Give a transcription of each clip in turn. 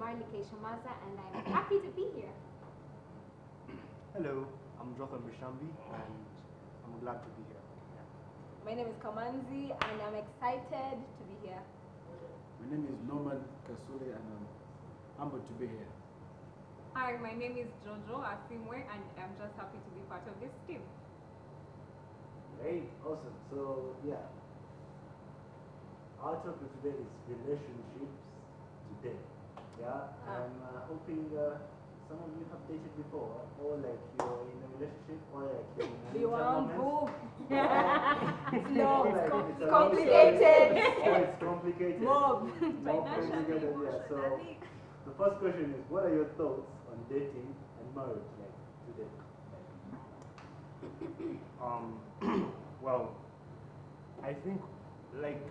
Shamaza, and I'm happy to be here. Hello, I'm Jafar Mishambi, and I'm glad to be here. Yeah. My name is Kamanzi, and I'm excited to be here. My name is Norman Kasule and I'm humbled to be here. Hi, my name is Jojo Asimwe, and I'm just happy to be part of this team. Great, awesome. So yeah, our topic today is relationships today. Yeah, Ah. I'm uh, hoping uh, some of you have dated before, or like you're in a relationship, or like you're in an You are on intermoments, book. or, No, like, it's com- it's a it's long story. complicated. or it's complicated. More Mob. complicated, Financially, yeah. So emotionally. the first question is, what are your thoughts on dating and marriage like today? Um, well, I think like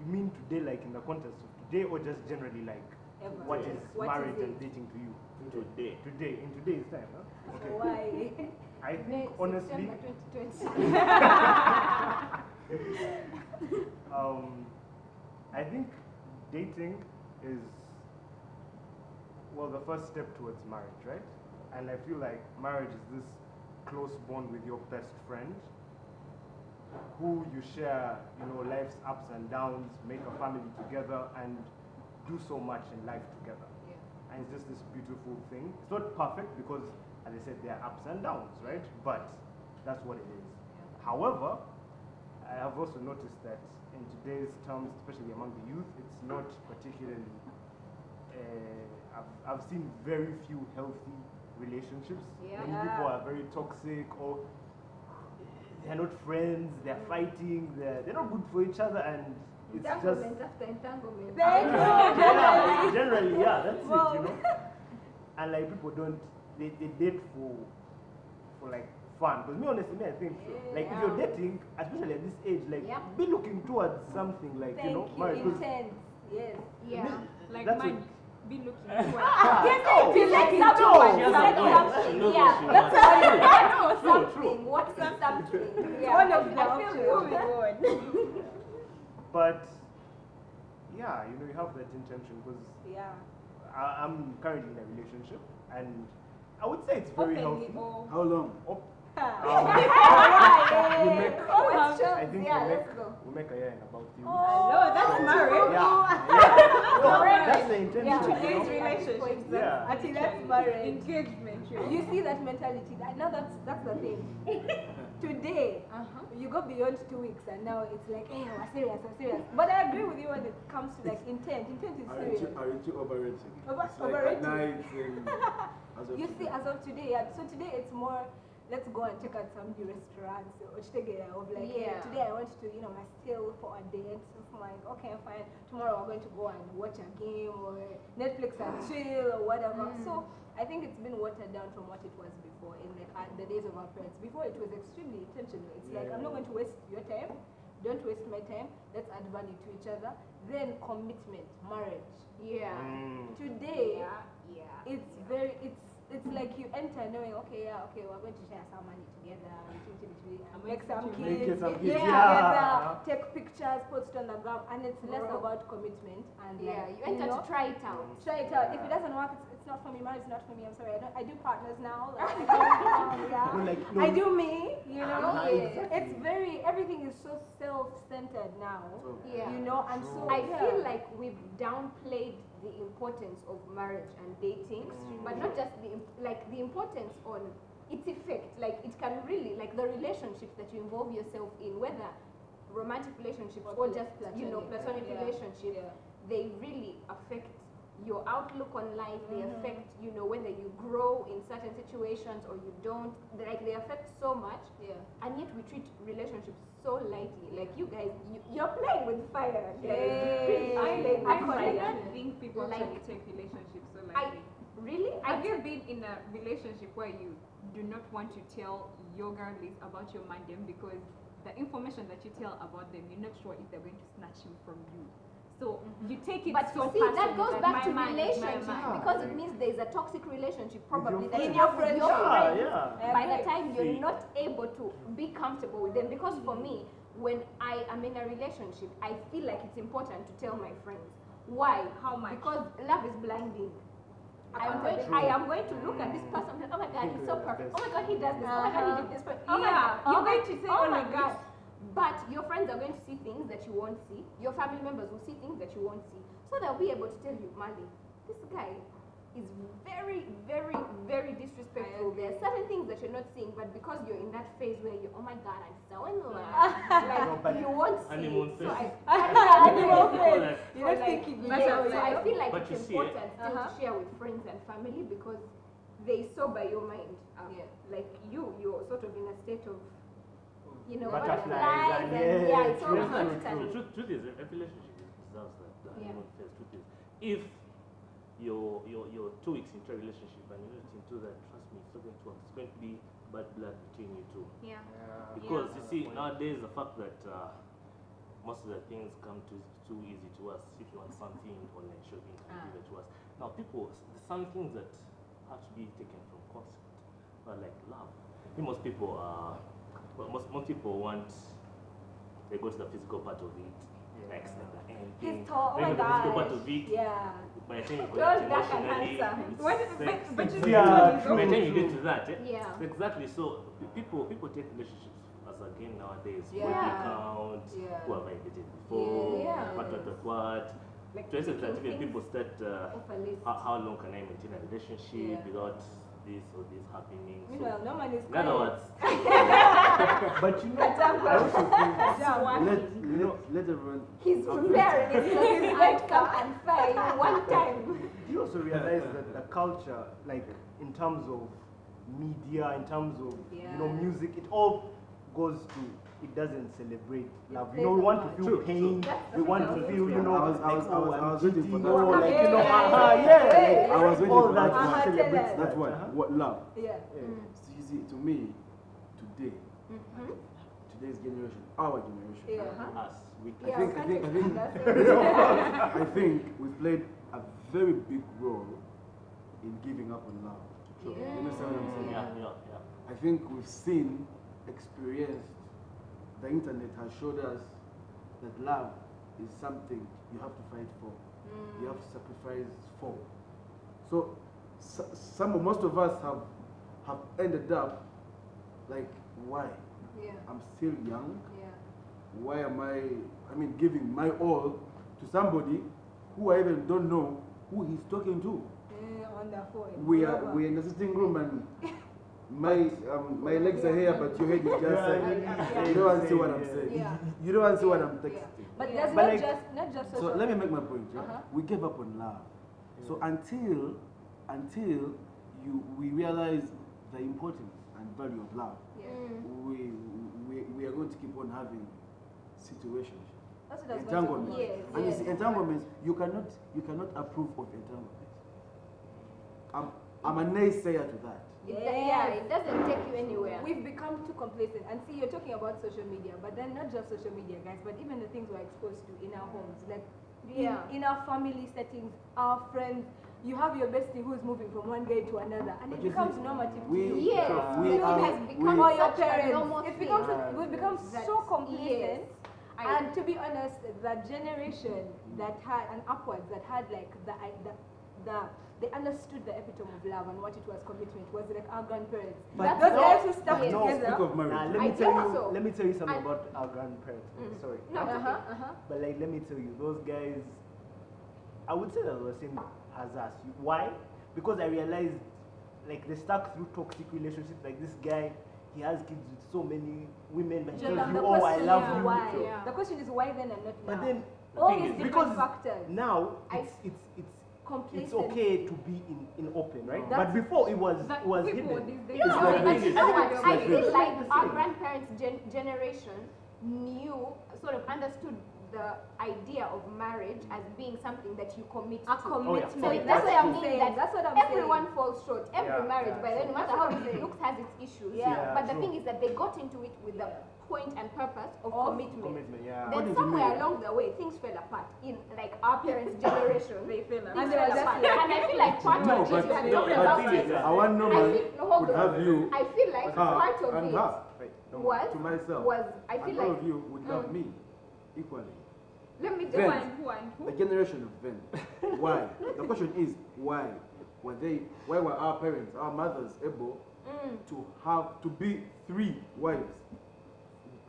you mean today, like in the context of today, or just generally like Ever. what Yes. is What is marriage it? and dating to you Today. today in today's time? Huh? Okay. Why? I think honestly, September 2020. um, I think dating is well the first step towards marriage, right? And I feel like marriage is this close bond with your best friend, who you share, you know, life's ups and downs, make a family together, and do so much in life together. And it's just this beautiful thing. It's not perfect because, as I said, there are ups and downs, right? But that's what it is. However, I have also noticed that in today's terms, especially among the youth, it's not particularly. Uh, I've, I've seen very few healthy relationships. Yeah. Many people are very toxic or they're not friends, they're fighting, they're, they're not good for each other, and it's just. Entanglement after entanglement. Thank you. yeah, generally, yeah, that's it, Wow. you know. And like people don't, they, they date for, for like fun. Because me, honestly, me, I think like if you're Yeah. dating, especially at this age, like Yeah. be looking towards something like Thank you know, you. marriage. 'Cause Intense. Yes. Yeah. Like That's magic. Be looking towards. Ah, Yeah. yes, I feel like Looking someone. towards like something. something. Yeah, Yeah. that's what I know. True, true. Something. What is something? Yeah, One I of feel- the I feel you. options. But yeah, you know, you have that intention because Yeah. I'm currently in a relationship, and I would say it's very Openly oh. healthy. Oh. Um, or How long? Op- Yeah, we make, I Questions? think Yeah, we make, let's go. we make a year in about three weeks. Hello, that's marriage. Oh, Yeah. yeah. No, Oh, Alright. that's the intention. Yeah. you know? Today's relationships. that's Yeah. I think that's actually marriage. Engagement. You see that mentality. That, now that's that's the thing. Today, Uh-huh. you go beyond two weeks, and now it's like, hey, I'm serious, I'm serious. But I agree with you when it comes to like intent. Intent is Aren't serious. you, aren't you overrated? Over- it's like overrated. at night and as of You see, today. as of today, yeah. So today it's more. Let's go and check out some new restaurants. Or to get out of like, yeah. Yeah. today I want to, you know, I still for a date. So I'm like, okay, fine. Tomorrow we're going to go and watch a game or Netflix and chill or whatever. So I think it's been watered down from what it was before in like uh, the days of our parents. Before it was extremely intentional. It's like I'm not going to waste your time. Don't waste my time. Let's add value to each other. Then commitment, marriage. Yeah. Mm. Today Yeah. it's very it's it's like you enter knowing okay yeah okay we're going to share some money together we should- we should- I'm make some going to kids, make it some kids, yeah. yeah. together take pictures post on the gram and it's less Bro. about commitment and Yeah, like, you enter know, to try it out. try it out if it doesn't work it's, it's not for me marriage is not for me I'm sorry I, don't, I do partners now like, I do, um, yeah. Well, like, no, I do me you know Ah, yeah. it's very everything is so self-centered now So, Yeah. you know and so I yeah. feel like we've downplayed the importance of marriage and dating, but not just the im- like the importance on its effect. Like it can really like the relationships that you involve yourself in, whether romantic relationships or, Or just you know platonic platonic, yeah. relationships, Yeah. they really affect your outlook on life. They Mm-hmm. affect you know whether you grow in certain situations or you don't. They- Like they affect so much yeah and yet we treat relationships so lightly. Like you guys, you, you're playing with fire. guys. Yay. You're playing I with I fire. don't think people Like- actually take relationships so I lightly. really, I Have you been in a relationship where you do not want to tell your girlies about your man them because the information that you tell about them, you're not sure if they're going to snatch him from you. So you take it but so you see, that personally, goes like, back my to man is my relationships man. because it means there's a toxic relationship probably that friends. you have with your yeah, friends. yeah. I by the agree. time See. you're not able to be comfortable with them because for me when i am in a relationship i feel like it's important to tell my friends why How much? because love is blinding I'm going, Accountability. I am going to look at this person. and, Oh my god, he's so perfect. Oh my god, he does this. Oh my god, he did this. For, oh my Yeah, God. you're my- going to say, Uh-huh. "Oh my God." But your friends are going to see things that you won't see. Your family members will see things that you won't see. So they'll be able to tell you, Mali, this guy is very, very, very disrespectful. There are certain things that you're not seeing, but because you're in that phase where you're, oh my god, I'm so in love, No, like but you won't see. animal it. So face. I, Animal face. Like, You don't Or think like, it yeah, matters, so I like- feel like But you it's see it. important still Uh-huh. to share with friends and family because they sober your mind. up. Yeah. Like you, you're sort of in a state of, you know, Butterflies butterflies and- and yeah, yeah, it's all true, Yes, true, about no, it true. and- "Oh, Truth, truth is, a relationship is- deserves that. that Yeah. animal phase. Truth is, if you're, you're, you're two weeks into a relationship and you're not into that, trust me, it's not going to work. It's going to be bad blood between you two. Yeah. Because you see, Point. nowadays the fact that uh, most of the things come too, too easy to us. If you want something online shopping, you Ah. can give it to us. Now, people, s- there's some things that have to be taken from concept, but like love. I think most people are, well, most, most people want, they go to the physical part of it, like sex and the end thing. He's tall. Oh Mm. Then you go to the physical my part of it, by god. Yeah. the time you Tall, connect black and emotionally, handsome. it's What is, sex. but, but you see, when you Yeah, true. go By the time you get to that, eh? Yeah. Exactly. So p- people people take relationships as a game nowadays. Yeah. Yeah. count, Yeah. who have I dated before, Yeah. what what what what. Like to a certain extent, taking even people start uh, off a list. how, how long can I maintain a relationship Yeah. without this or this happening? Meanwhile, So, no man is in other crying. words, But you know, Attack I also think Yeah. Let, let, let everyone. He's preparing his legs and fire one time. Do you also realize that the culture, like in terms of media, in terms of you know Yeah. music, it all goes to it doesn't celebrate It love. You plays know, we want to upon. feel True, pain. That's We the want to problem. feel you know I was- I was- like, oh, I was- I I'm was waiting giddy, for that. oh, like you know, Yeah. aha, yeah. Yeah. like, I was waiting all for that that one. Aha, celebrates tell us. That's what, Uh-huh. what love. Yeah. Yeah. So you see, to me, today, today's generation, our generation, Yeah. us we I think, I think, I think, I think we played a very big role in giving up on love. True. You understand what I'm saying? yeah yeah yeah. I think we've seen, experienced, the internet has showed us that love is something you have to fight for, Mm. you have to sacrifice for. So, s- some, most of us have, have ended up like, why? Yeah. I'm still young. Yeah. Why am I? I mean, giving my all to somebody who I even don't know who he's talking to. Mm, on the phone. We are Whoever. we are in the sitting room and my um, my legs are here, but your head is just like you don't understand what I'm saying. Yeah. You don't understand what I'm Yeah. texting. But Yeah. that's But not like- just not just So social. let me make my point. Yeah? Uh-huh. We gave up on love. So until until you we realize the importance and value of love, Mm-hmm. we we, we are going to keep on having situations. That's what I was going to- entanglement. Yes, and yes. you see, entanglements, you cannot, you cannot approve of entanglement. I'm, I'm a naysayer to that. Yeah, it doesn't take you anywhere. We've become too complacent. And see, you're talking about social media, but then not just social media, guys, but even the things we're exposed to in our homes, like in- Yeah. in, our family settings, our friends. You have your bestie who's moving from one guy to another, and it But you becomes see, normative. to We, you. Yes, we It it are, has we, become Or your such a normal parents. It becomes thing. we become That- so complacent. yes. I- and to be honest, the generation that had and upwards that had like the i- the the they understood the epitome of love and what it was commitment was like our grandparents. But those no, guys who stuck but no. together. speak of Nah, marriage. let me I tell think you. so. Let me tell you something I- about our grandparents. Sorry, No, it's okay. but like, let me tell you, those guys. I would say that they were same as us. Why? Because I realized, like, they stuck through toxic relationships. Like this guy, he has kids with so many women, but he Jonathan, tells you, the "Oh, I question love is you." why. So- Yeah. The question is why then and not now. But then The all thing these is, different because factors. now I- it's it's it's Complacent. it's okay to be in, in open, right? That's- but before it was But it was people hidden. these days, It's are like like, this. you know what, "Oh, I I- feel like our same. grandparents' gen- generation knew, sort of understood the idea of marriage as being something that you commit A to. commitment. So Sorry, that's oh, that's what what I'm I'm saying. saying. That's what I'm saying. Everyone falls short. Every Yeah, marriage, yeah, by then, no true. matter how it looks, has its issues. Yeah. Yeah, but the true. thing is that they got into it with Yeah. the point and purpose of Of commitment. Commitment, yeah. What Then is somewhere marriage? along the way, things fell apart. In like our parents' generation, they fell apart. And they were just like- and I feel like part No, of it but, you had no, talked but about. thing is, but uh, I want no I man feel- no, hold would on. have you, I feel like her, part of Ah, and it her. Right, no. was To myself. was I And feel all like of you would love Mm. me equally. let me do Then- one, who and who. The generation of them. Why? The question is why? Were they? Why were our parents, our mothers, able Mm. to have to be three wives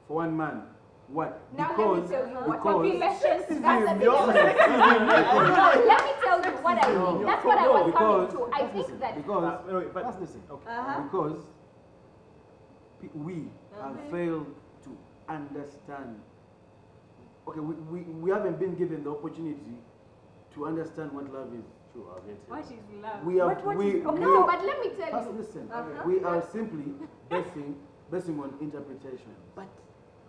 for one man? What? Now let me because tell you what because- population Excuse that's the me, thing. your- No, let me tell you what I No, mean. That's what I was coming because- to. I think that because Uh, wait, but- that's the thing. Uh-huh. because pe- we have Mhm. failed to understand. Okay, we, we, we haven't been given the opportunity to understand what love is. True, I'll get What it. is love? We are What- what we, is- okay, we no, but let me tell just you. listen. Uh-huh. We are simply basing basing on interpretation. But,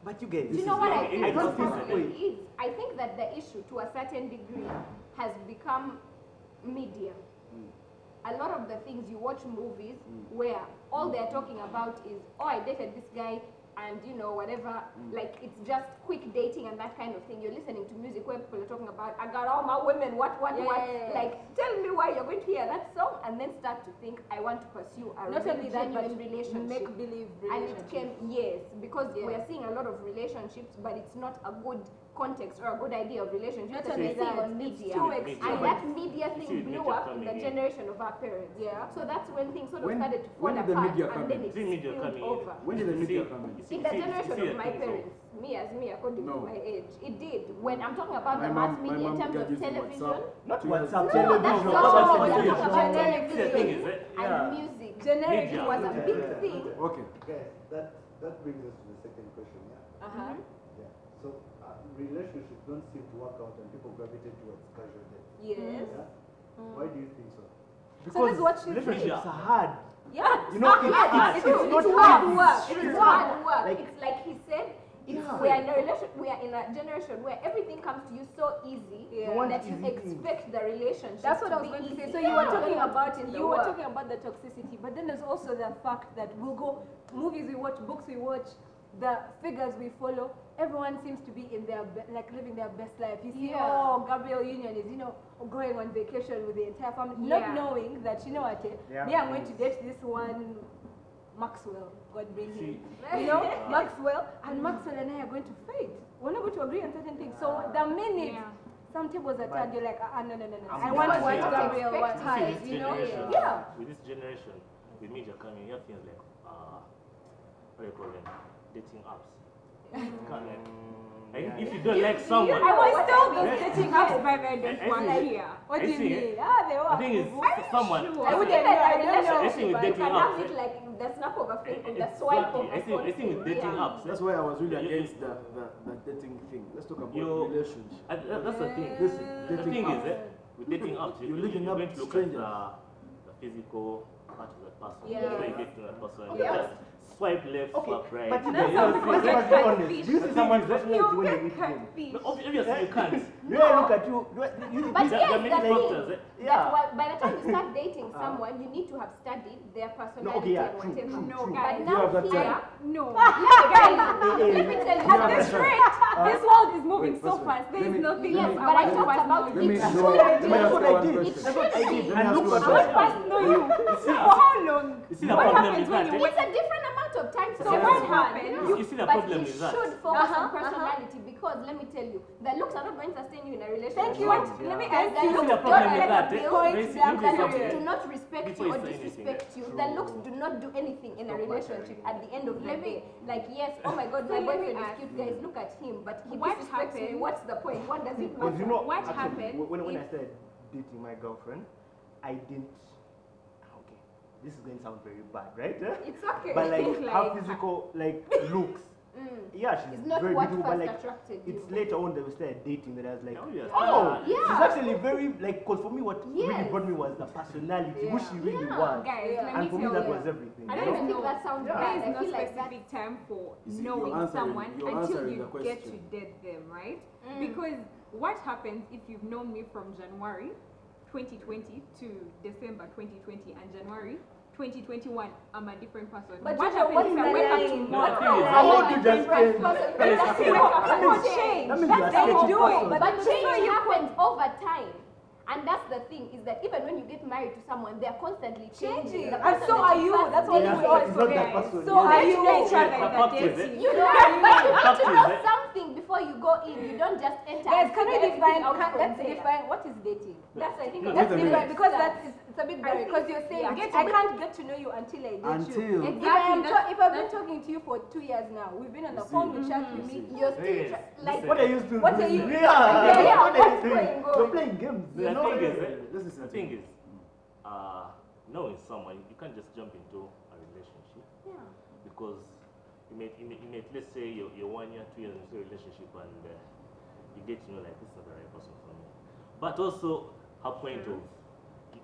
but you guys, Do this you is know what not- I think I the don't think problem is? I think that the issue, to a certain degree, has become media. A lot of the things you watch movies where all they're talking about is, oh, I dated this guy and you know whatever like it's just quick dating and that kind of thing you're listening to music where people are talking about i got all my women what what Yeah, what yeah, yeah, yeah. like tell me why you're going to hear that song and then start to think i want to pursue a Not real only that, but genuine relationship make believe and it relationship. came yes because Yeah. we're seeing a lot of relationships but it's not a good context or a good idea of relationships Not that only we're seeing that, on it's media too and extreme. that media You see thing it blew media up in the coming in. generation of our parents Yeah. so that's when things sort of When- started to fall when did the apart media come and then in? it See media spilled coming over in. When did the You media see- come in? you see- you see- you in the see generation the of my things parents, me as me, according No. to my age, it did. When I'm talking about My the mom, mass my media in mom terms began of using television, WhatsApp. Not Two years WhatsApp, no, ago. that's not all. television, what about I'm talking television? about Generic See, the thing is, television eh, Yeah. and music. Generic Media. was a big Yeah. thing. Okay. Guys, that, that brings us to the second question, yeah? Uh-huh. Mm-hmm. Yeah. So uh, relationships don't seem to work out and people gravitate towards casual dating. Yes. Yeah? Why do you think so? So this is what she relationships said. are hard. Yeah. You know, it's, Yeah, it's, it's, it's true. not it's hard. hard work. It's hard work. Like- it's like he said. It's, Yeah. We are in a relation. We are in a generation where everything comes to you so easy You want that you easy things. expect the relationship. That's what to I be was going to say. easy. So you were talking Yeah. about In the you were work. talking about the toxicity, but then there's also the fact that we'll go movies we watch, books we watch, the figures we follow. Everyone seems to be in their be- like living their best life. You see, Yeah. oh, Gabrielle Union is you know going on vacation with the entire family, not Yeah. knowing that you know what, eh, Yeah. me I'm going to date this one. Maxwell, God bring him. See, You know, Yeah. Maxwell and Maxwell and I are going to fight. We're not going to agree on certain things. So the minute Yeah. some tables are turned, you're like, ah, no, no, no, no. I'm I just want saying what that- Gabriel wants. Expect hers, it. You know? generation, Yeah. with this generation, with media coming, you have things like, uh, what do you call them? Dating apps. Can't like- like, if you don't like someone, I was What told I those mean. dating That's apps. why I don't I want see. here. What I do you see it. mean? Ah, they the were. thing is, for someone, sure. I I would wouldn't think know, I that a don't know. relationship Dating with but you dating can apps, have it eh? like in the snap of a eh, finger, eh, in the swipe of exactly. I a think, I think with phone. dating Yeah. apps, That's eh, why I was really Yeah, yeah, against yeah. the, the, the dating thing. Let's talk about Yo. relationship. I- that- that's the thing. Listen, The dating thing is, apps. eh, with dating apps, you- You're you- looking you're up going to look at strangers. the, the physical part of that person Yeah. before you get to that person. You Yeah. just swipe left, Okay, swipe right. but you Yeah, guys, yeah, let's- let's yeah. let's be honest. Do you see someone Because personality when you meet them? Catfish. No, obvi- Obviously, you can't. You don't look at you. you- you- There- But yes, there are many that's it. factors, eh? Yeah. That why- by the time you start dating someone, you need to have studied their personality yeah, and true, whatever. true, No, true. guys. But You now have that here, time. No. let me tell you, let me tell you, At this rate, this world is moving Wait, so first one. fast. There Let is me- nothing Yes, else. but I want to talked first about know Let you. me, It's no, true, let me it's ask you true. one It's It's question. tricky. Let me And ask look you I one at want to question. first know you. For how long? You see, the What problem happens is when that, you eh, wait? It's a different amount of time. So So what what happened? happened? You- you see the but problem you is that- should focus Uh-huh, on uh-huh. personality because let me tell you, the looks are not going to sustain you in a relationship. Thank you. What- Let me Guys, ask the you. looks the don't problem is let that the they- build. Point basically The blank something- looks do period. not respect Before you you or say anything, disrespect you. yeah. The True. looks do not do anything in a Stop relationship at mattering. the end of the Let me- day. Like yes, oh my god, my Let me boyfriend is ask cute. Guys, look at him, but he What disrespects me. happened- What's the point? What does it Because matter? you know, What actually, happened wh- When, when I if- started dating my girlfriend, I didn't. ah, Okay, this is going to sound very bad, right? It's okay. But like, Like- her physical like looks, Mm. yeah, she's It's not very what beautiful, but first like attracted you. it's later on that we started dating that I was like, Oh, yes. oh, Yeah. she's actually very like. Cause for me, what really Yes. brought me was the personality, who she really Yeah, was, Guys, Yeah. let me and for me tell that you. was everything. I I don't don't even know. think that sounds Yeah. bad. There is I no feel like that. specific time for You see, you're knowing answering- someone you're until answering you the get to question. date them, right? Mm. Because what happens if you've known me from January 2020 to December 2020 and January 2021, I'm a different person. But what you know, happens if what's I the wake up line? tomorrow? What's the line? I want to just change. That's People means- change. that means you are That's how sketchy you do it. person. But But that's how change you happens over time. And that's the thing is that even when you get married to someone, they're constantly changing. Changing. The And person so that are you. first That's what dated. Yeah, we so always it's not that forget. person. So Yeah. are you know each Yeah, other in captive, the eh? dating? You know, know, are you- but you have to Captive, know eh? something before you go in. You don't just enter. Guys, and can we figure everything define? out Can, from let's there. define what is dating. That's I think No, a Let's wait a good define minute. because start. that is It's a bit I better think- because you're saying yeah. get Get to I can't get to know you until I date you. Until If, I am Exactly, ta- that's- if I've been that's- talking to you for two years now, we've been on the You see. phone, we chat, we You meet. see. You're still Hey, tra- like listen. What are you still What are doing? you- Yeah, Yeah, yeah, what are what's you doing? going on? You're playing games. The you know? thing is, eh, This is the thing is, uh, knowing someone, you can't just jump into a relationship yeah. because you may, you may, you may let's say you're, you're one year, two years into a relationship and uh, you get to know like this is not the right person for me. But also, a point of you,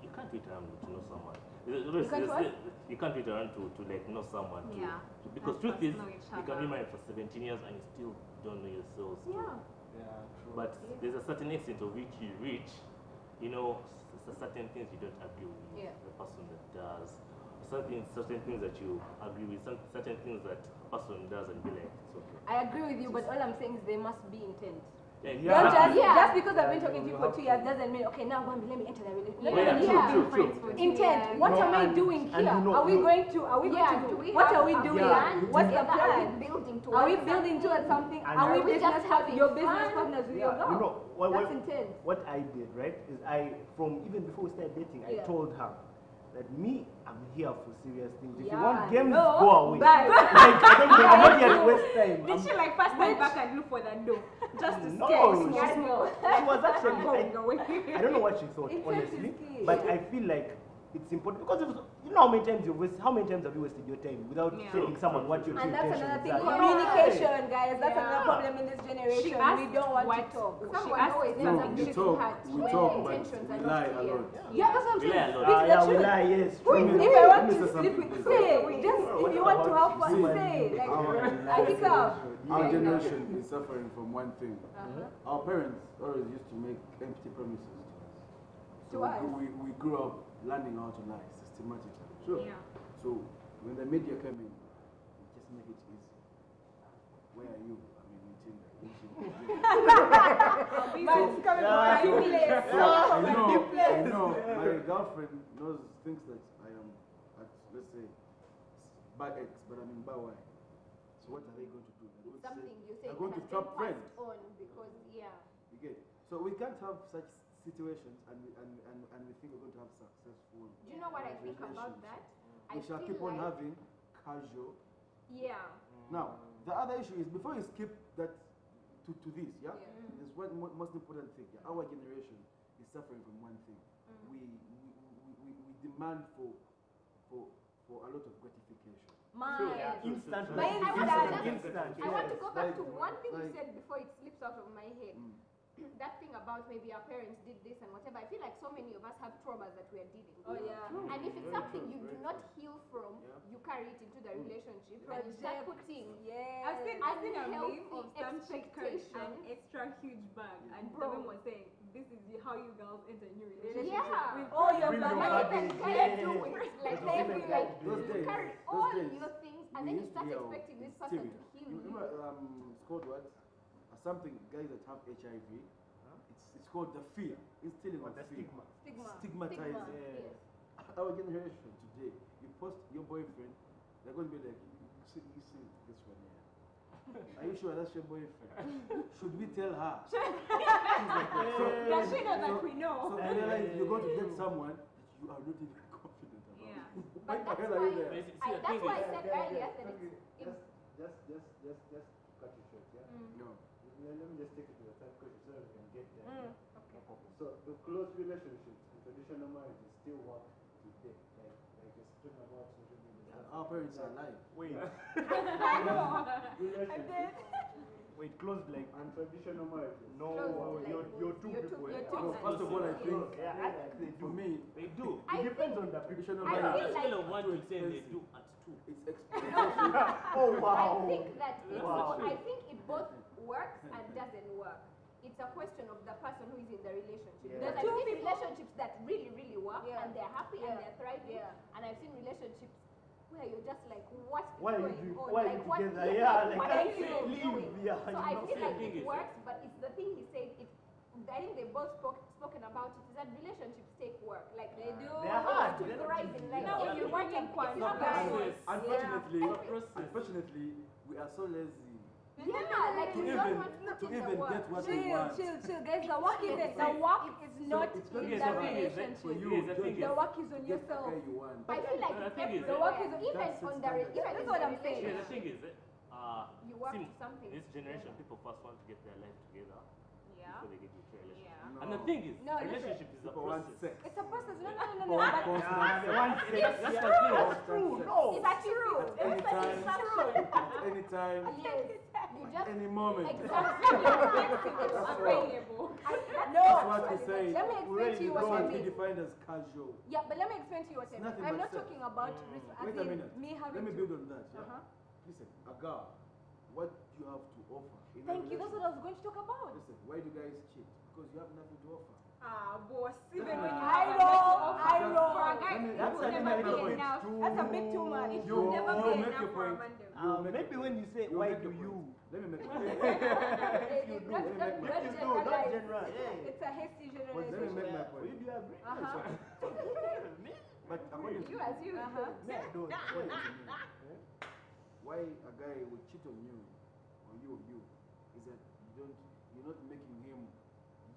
you can't wait around to know someone. There's always- can't there's- you can't wait around to, to like know someone. To, Yeah. to- because Let's truth first is, know each you can be other. married for 17 years and you still don't know yourselves. too. Yeah. But there's a certain extent of which you reach, you know, s- s- certain things you don't agree with Yeah. the person that does, certain certain things that you agree with, some, certain things that person does and be like, it's okay. I agree with you, but all I'm saying is there must be intent. Yeah, Don't exactly. just Yeah. just because I've been Yeah, talking to you you for have two to. years doesn't mean okay now let me let me enter the relationship. Yeah, Let me- true, Oh, yeah. true, true, Friends for two Intent. years. What No, am I and- doing and here? you know- Are we you- going to are we Yeah, going to do we what have are we a doing? plan What's the together? Are plan? we building towards Are we building towards something? something? And Are I- we Are we business just having your business fun? partners with your Yeah, girl? you know, what, That's what, intent. what I did, right, is I, from even before we started dating, Yeah. I told her that me, I'm here for serious things. If Yeah, you want games, no, go away. bye. Like, I don't, care. I'm not here to waste time. Did I'm- she like first time back and look for that door just to No, scare you she- small, small? she was actually, I, Going away. I don't know what she thought, Intent Oh, is honestly, key. but I feel like it's important because if, you know how many times you waste, how many times have you wasted your time without Yeah. telling someone what your And true that's intentions another thing. are? Communication, guys. That's Yeah. another problem in this generation. She asked We don't want what- to talk. what- Someone She asked always No, ends No, up we getting talk, hurt we when talk, the but intentions are we not lie a clear. lot. Yeah, that's what I'm We lie a lot. Ah, saying. Speak the yeah, we truth. lie, yes. Who true. is- Let me- if I let want me say to sleep something, with please. say, Wait, just if what you want to about have fun, you? say. Like Our I pick up. Our Like, generation is suffering from one thing. Our parents always used to make empty promises To to us. us. So we, grew- we, we grew up learning how to lie systematically. Yeah. So when the media came in, they just make it easy. Where are you? I mean, in Tinder. in Tinder. Man, it's coming from my so- place. So Oh, I my know, deep place. I know, my girlfriend knows thinks that I am, at, let's say, bar X, but I'm in bar Y. So what are they going to do? They're going to say, Something you say they're going to has been trap friends. passed on because yeah. You get? So we can't have such situations, and we, and, and, and we think we're going to have successful. Do you know what I think about that? I We shall feel keep on like- having casual Yeah. Now, the other issue is before you skip that to, to this, yeah, there's one mo- most important thing. Yeah? Our generation is suffering from one thing. Mm-hmm. We, we, we, we, we demand for, for, for a lot of gratification. Man. Instant, But I want to instant, just- instant. I want to go back like- to one thing you like- said before it slips out of my head. Mm. that thing about maybe our parents did this and whatever. I feel like so many of us have traumas that we are dealing with. Oh, yeah. And if it's something you do not heal from, Yeah. you carry it into the relationship and you start Project. putting Yeah. I've seen I've seen a meme of Unhealthy some chick carrying an expectations. extra huge bag, and the Bro. women was saying, "This is you- how you girls enter a new relationship Yeah. with all your Bring blood. your out. body. Even yeah, guys do yeah, yeah. it. Like Those maybe days, like those you days, carry those all days, your things We and then you used to start be our expecting this person material. to heal You you. remember, um, it's called what? Uh, something guys that have HIV. It's, it's called the fear. It's stealing What, Oh, the fear. stigma? Stigma. Stigmatized. Stigma, yes. Our generation today, you post your boyfriend, they're going to be like, you see, you see this one here. Are you sure that's your boyfriend? Should we tell her? Things like that. So- Does she know that so- we know? So I realize you're going to get someone that you are not even confident about. Yeah. Why But that's the hell are you why- there? But you see, I, the that's thing why I is- said Yeah, earlier yeah, that okay, it's Mm. Just, just, just, just, just cut it short, yeah? Mm. No. Let let me just take it to the third question so that we can get there. Mm. So the close relationships in traditional marriages still work today. Like, like it's still about social media. Our parents are lying. Wait, Relationships wait, close like, and traditional marriages. no, Close, you're, like, you're two you're two- people. you're yeah. two No, first of all, I think Yeah, I think they for do. me, They do. I It depends think- on the people. traditional I On a marriage, feel like- scale of one to ten, they expensive. do at two. it's expensive. Oh, I wow. think that it's, Wow. I think it both works and doesn't work. It's a question of the person who is in the relationship. Yeah. Because The I've two seen people- relationships that really, really work Yeah. and they're happy and Yeah. they're thriving. Yeah. And I've seen relationships where you're just like, what is Why are you going doing, on? why are like, what, you together? Yeah, like, what I are you leave, doing? yeah. So you I know. see, feel the like thing it is- works, but it's the thing he said. It, I think they both spoke, spoken about it. Is that relationships take work? Like they do. They are hard. To They're not thrive easy. in life, Now, if if you you want link a- one, if you not have that a- one. Unfortunately, Process. unfortunately, we are so lazy Yeah, like to you even, don't want to put in the even work. get what we Chill, want. chill, chill, guys. The work is It's- the work is not it's in not- Yes, I think it's like- the relationship. for you, the Yes, I thing think is- The work is on Get the yourself. guy you want. I feel like the it's thing is- The work is- everywhere. even on that's it, the re- standard. even That's in what the I'm saying. Yeah, the relationship, thing is, eh, uh, you work see, to something. this generation, together. people first want to get their life together Yeah. before they get into a relationship. Yeah. And the thing is, No, listen. relationship is a People want process. sex. It's a process. No, no, no, no, Or no. But constant Yeah, sex. they want sex. It's- that's Yeah, the thing. that's true. No. It's true. At any time, at any time, Yes. You at just any moment. exactly. Available. That's no. what we say. Let me explain Already to you what I God mean. defined as casual. Yeah, but let me explain to you what I It's mean. nothing I'm but not sex. talking about res- as Wait a in minute. me having Let me to- build on that. Yeah. Uh-huh. Listen, a girl, what do you have to offer? In a Thank you. That's what relationship? I was going to talk about. Listen, why do guys cheat? Because you have nothing to offer. Ah, boss. Even when you I have a know. lot I to offer, know. For a guy, Let me- it that's will an never inevitable be point. enough. That's a big too much. It You will never you be make enough your for a point. mandem. You Uh, make maybe your when point. you say, You "Why make do your point. you?" Let me make my point. If you do, Let me make my let point. me No, that's generalize. general. It's a hasty Let me generalization. make Will my point. you agree? Uh-huh. But according to You as you. Uh-huh. Me, I don't. according to me, eh, why a guy will cheat on you or you or you is that you don't you're not making him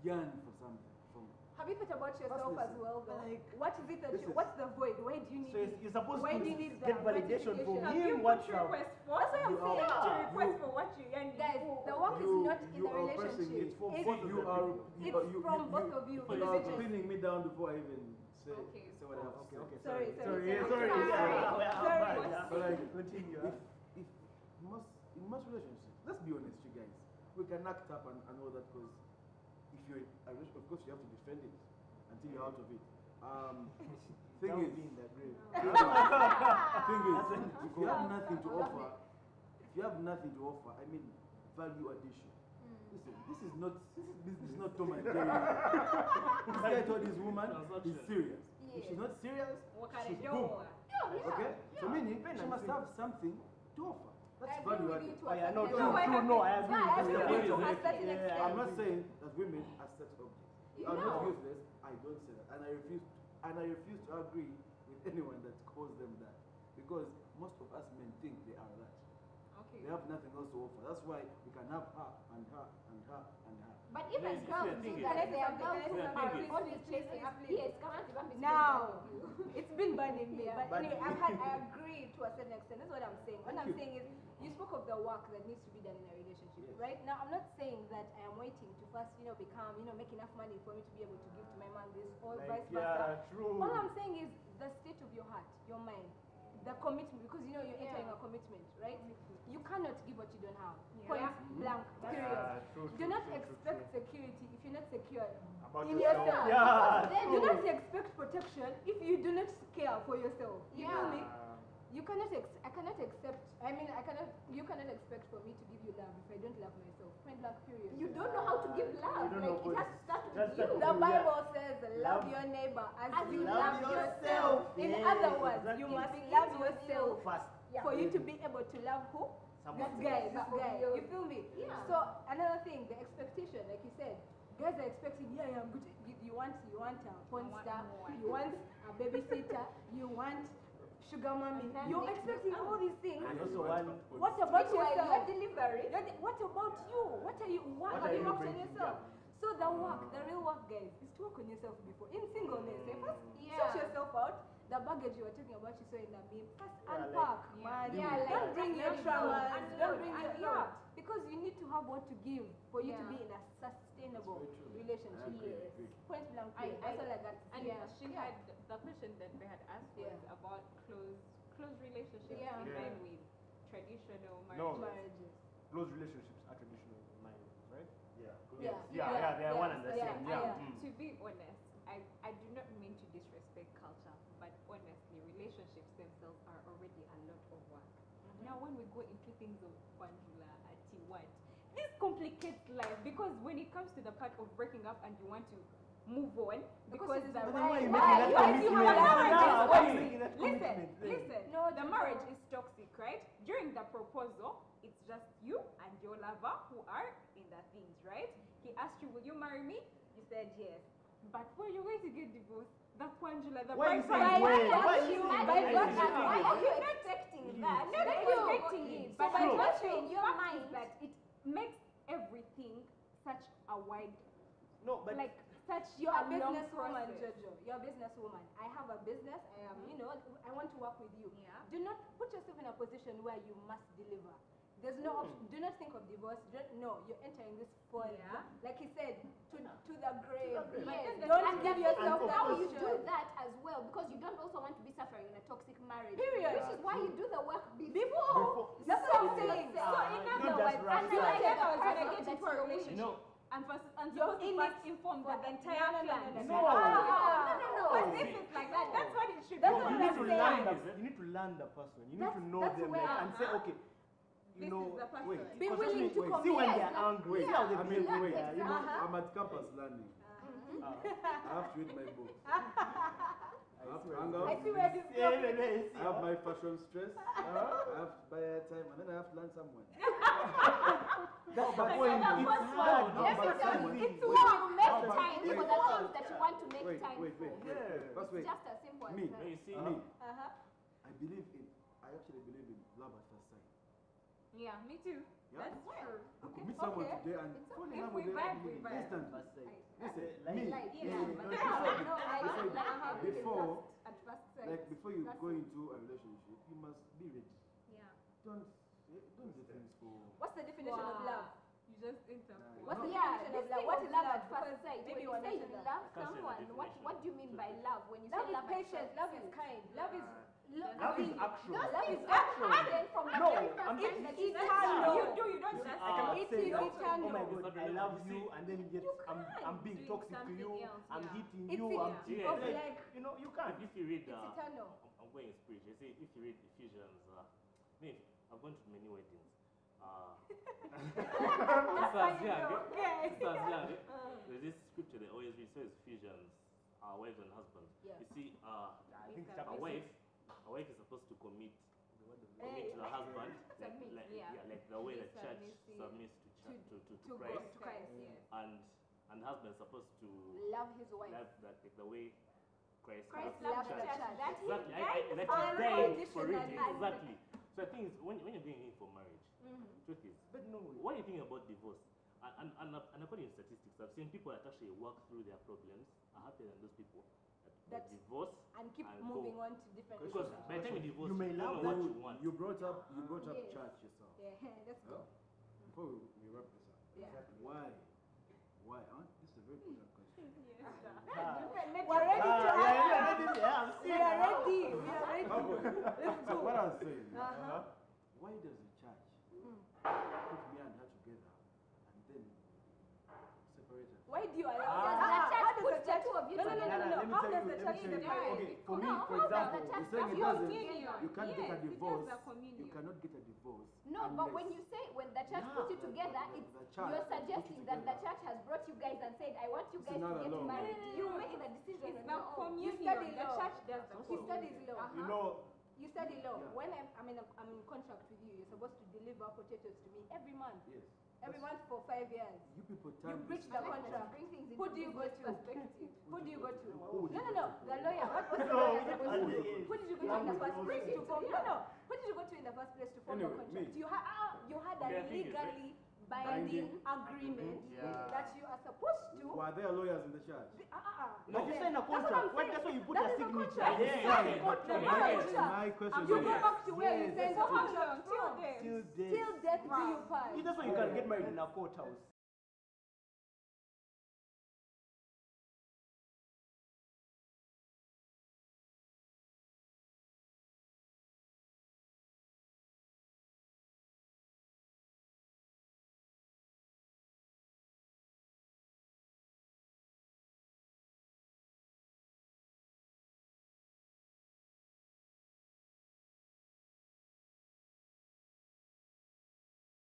yearn for something from Have you thought about yourself as listen. well, though? Like- what is it that you, Listen. what's the void? Where do you need So it? it's, you're supposed Why to do you need get the validation from gratification? Have you him, put what you have. request for? That's what I'm You saying. are- To request you- for what you and Guys, the work You- is not in you are the pressing relationship. It's from It's- both of you are you, It's are- you, from you, both of you. You are It's just- pinning me down before I even say Okay. say what I have to say. Sorry, sorry, Sorry, sorry. sorry. Yeah, well, I'm Sorry. fine, yeah. So like, Continue. if, if in most in most relationships, let's be honest, you guys, we can act up and, and all that because if you're in a relationship, of course you have to defend it until you're out of it. Um, thing That would is, be in the grave. thing is, thing is, if you have nothing to offer, if you have nothing to offer, I mean, value addition. Listen, this is not this is, this is not Tom and Jerry. this guy told his woman is serious. If she's not serious, she's boom. Okay? So meaning she must have something to offer. I That's agree value with you added. to a Oh, Yeah, yeah, no, true, true, no, I agree. with you. certain extent. Yeah, I agree with you to a exactly. certain Yeah, I extent. I'm not saying that women are sex objects. You I'm not know. useless. I don't say that, and I refuse. And I refuse to agree with anyone that calls them that, because most of us men think they are that. Okay. They have nothing else to offer. That's why we can have her and her and her and her. But Ladies, even yeah, girls thank do you. that. They are Thank girls who you. are Please, always please, chasing up. please, please. Yes, come on, you want me to Now, do that. it's been burning me, Yeah. but anyway, I've had, I agree to a certain extent. That's what I'm saying. What Thank I'm you. saying is, you spoke of the work that needs to be done in a relationship. Yes. Right now, I'm not saying that I am waiting to first, you know, become, you know, make enough money for me to be able to give to my man this or vice Like, versa. yeah, true. All I'm saying is the state of your heart, your mind, the commitment, because you know you're entering a commitment, right? You cannot give what you don't have. Yeah. Point blank, Yeah, period. true, Do true, not true, true, true. expect security if you're not secure About in yourself. yourself. Yeah, Because then do not expect protection if you do not care for yourself. You feel me? Uh, You cannot. Ex- I cannot accept. I mean, I cannot. You cannot expect for me to give you love if I don't love myself. Point blank, period. You don't know how to give love. You don't know Like it what- has to start that's with the you. The Yeah. Bible says, "Love Love- your neighbor as, As you you love, love yourself." yourself. In Yes, other words, exactly. you must Begins love with yourself First, Yeah. for you to be able to love who? someone This else. guy, this That guy. will be You feel me? Yeah. So another thing, the expectation, like you said, guys are expecting. Yeah, yeah, I'm good. You, you want, you want a porn want star. more. You want a babysitter. you want sugar mommy. And then You're make expecting all these things. And I also want one- to- What about Meanwhile, yourself? Your delivery. You're the- What about you? What are you? What, What have are you you worked on bringing yourself? down? So the work, the real work, guys, is to work on yourself before in singleness. eh? First, Yeah. sort yourself out. The baggage you were talking about, you saw in the meme. First, Yeah, like- unpack, Yeah. man. Yeah, like, don't bring just your let it go. traumas. Don't Unload, bring your unload. yeah, because you need to have what to give for you to Yeah. be in a sustainable It's very true. I relationship. agree, I Yes. agree. Point blank. I- period. I- That's all I got. to And say. yeah. she had the question that they had asked was Yeah. about close close relationships Yeah. in Yeah. line with traditional No. marriages. marriages. Close relationships are traditional in my world, right? Yeah. Yeah. Yeah, yeah, they are one and the Yeah, same. yeah, Yeah. yeah. Mm. To be honest, I, I do not mean to disrespect culture, but honestly, relationships themselves are already a lot of work. Now, when we go into things of Kwanzaa, Ati, what, this complicates life because when it comes to the part of breaking up and you want to move on, because, it's the the But then why are you making Why? that Why do commitment? you have a Yeah, why are you marriage? making that Listen, commitment? listen. No, the marriage is toxic, right? During the proposal, it's just you and your lover who are in the things, right? He asked you, "Will you marry me?" You said yes. But when you're going to get divorced, the Kwanjula, the Why you bride price- saying why? Why Why are you you saying mad why? about that? Yeah. Why are you expecting that? No, that's Let you expecting go it. in. But but true. what's in your your mind that it makes everything such a wide, No, but like such You're a a long businesswoman, process. Jojo. You're a businesswoman. I have a business. I am, you know, I want to work with you. Yeah. Do not put yourself in a position where you must deliver. There's no option. Do not think of divorce. Do not, no, you're entering this for Yeah. like he said, to to the grave. grave. Yes. But then Don't that's give And yourself of that now you option. do that as well because you don't also want to be suffering in a toxic marriage. Period. Which is why you do the work before. Before, that's what I'm saying. So in You other just words, rush I it. feel like if I was That's gonna what- get into that's a your relationship, No, And first, and You're supposed to in first it inform for the the entire entire plan. plan. No. No, Ah, no, no. But if it's like that, that's what it should That's No, what you I'm need to saying. learn the, you need to learn the person. You need to That's- know that's them where, like, and say, uh-huh. okay, you This is the know, person. wait. Be because willing wait, to wait, See commit. when they're Yeah. angry. See how they I mean, behave. wait, Yeah, you know, uh-huh. I'm at campus learning. I have to read my books. I have to anger. I see where this Yeah, goes. yeah, yeah, yeah, see, I have huh? my fashion stress. I have to buy a time, and then I have to learn someone. That's the But point. that's It's what's hard. wrong. Let me That's tell the you, thing. It's Wait, why you make How about- time wait, for the things that you want to make Wait, time wait, for. wait, wait, Yeah. wait. First, It's wait. just as simple as Me. that. no, you see, Me, Uh-huh. I believe in. I actually believe in love at first sight. Yeah, me too. Yeah? That's true. I could meet someone Okay. today and It's fall in okay. love If we with them vibe, we vibe. instantly. First sight. Listen, Like- me. Like, no, yeah, no, but that's no, no, before- like, before- like, uh-huh. Before, At first sight. like before you That's go it. into a relationship, you must be ready. Yeah. Don't don't do things for. What's the definition of love? You just interpret. What's No. the Yeah, definition this of love? thing What of is love love? at first Because sight. When maybe you we're say not you in love. I love can't say the someone, what definition. what do you mean by love when you say Love love at is patient. first Love sight? is kind. Love is uh, Lo- Love is those actual. things Love is are actual. added from the No, very first I'm- time that you it's said eternal. love. You do, you don't just. I cannot It say is that. eternal. Oh my It's god, I love unbelievable. you, and then yet You I'm, I'm can't being do toxic to something you. else, I'm yeah. hitting It's you. I'm eternal. Yeah. Of like, you know, you If can't. if you read, It's uh, eternal. I'm- I'm going in spirit. You see, if you read Ephesians, uh, me, I've gone to many weddings. Uh, since I was young, eh? Since I was young, eh? there's this scripture they always read. So it's Ephesians, uh, wives and husbands. Yeah. You see, uh, I think a chapter wife, a wife is supposed to commit, Hey. commit to the husband, like, Submit, like, yeah. like the way the Be church submissive submits to, church, to, to, to, To Christ, God, to Christ. Yeah. and and the husband is supposed to Love his wife. love that like the way Christ, Christ loves love loves the loved the church. church. That he Exactly. I, I, died like for you died for unconditional it. love. Exactly. So the thing is, when, when you're going in for marriage, truth is, But no way. what do you think about divorce? And, and, and, and according to statistics, I've seen people that actually work through their problems are happier than those people that, that That- divorce. And keep And moving go. on to different Because issues. by the time you divorce, You may don't love know what them, you want. You brought up you brought up Yes. church yourself. Yeah, let's Huh? go. Before we, we wrap this up, Yeah. why? Why? Huh? This is a very important question. We're ready to Ah, yeah, answer. yeah, yeah, yeah, I'm We seeing are now. ready. We are ready. Let's So what go. I'm saying, uh, Uh-huh. why does the church Mm. put me and her together and then separate us? Why do you allow Ah. How does Puts the the church two of you No, no, no, together. no, Let me no. How tell you, does the let me church tell you. divide? Okay, for me, No, for how does the example, you're church saying does it your doesn't. union? You can't Yes, get a it is a divorce. communion. You cannot get a divorce. No, but when unless- you say when the church Yeah, puts you the- the- together, the- it's the you're church puts you suggesting that the together. church has brought you guys and said, "I want you It's guys to another get law. married." No, no, no, You no, make the decision It's the on your own. communion. study The law. church does the He communion. studies law. You know, You study law. Yeah. When I'm, I'm, in a, I'm in contract with you, you're supposed to deliver potatoes to me every month. Yes. That's- Every month for five years. You people You turn this breach the into- contract. Bring things Who into do you go business to? perspective. Who do you go to? Who would No, you no, go no. to? The lawyer. What was the No, lawyer supposed to do? and- Who did you go to in the first place to form? No, no. Who did you go to in the first place to form the Anyway, me. contract? You, ha- ah, you had Yeah, a I think it's legally binding agreement Yeah. that you are supposed to. Were there lawyers in the church? Ah, ah, ah. No, you sign a contract. Why- that's why you put That a is a signature. Yeah, contract. yeah, That's a yeah. contract. Yeah, That's a yeah. contract. My question You is. go back to where you Yes, said, that's so what how you- long till Till death? Till Till death. death do you part? that's why you can get married in a courthouse.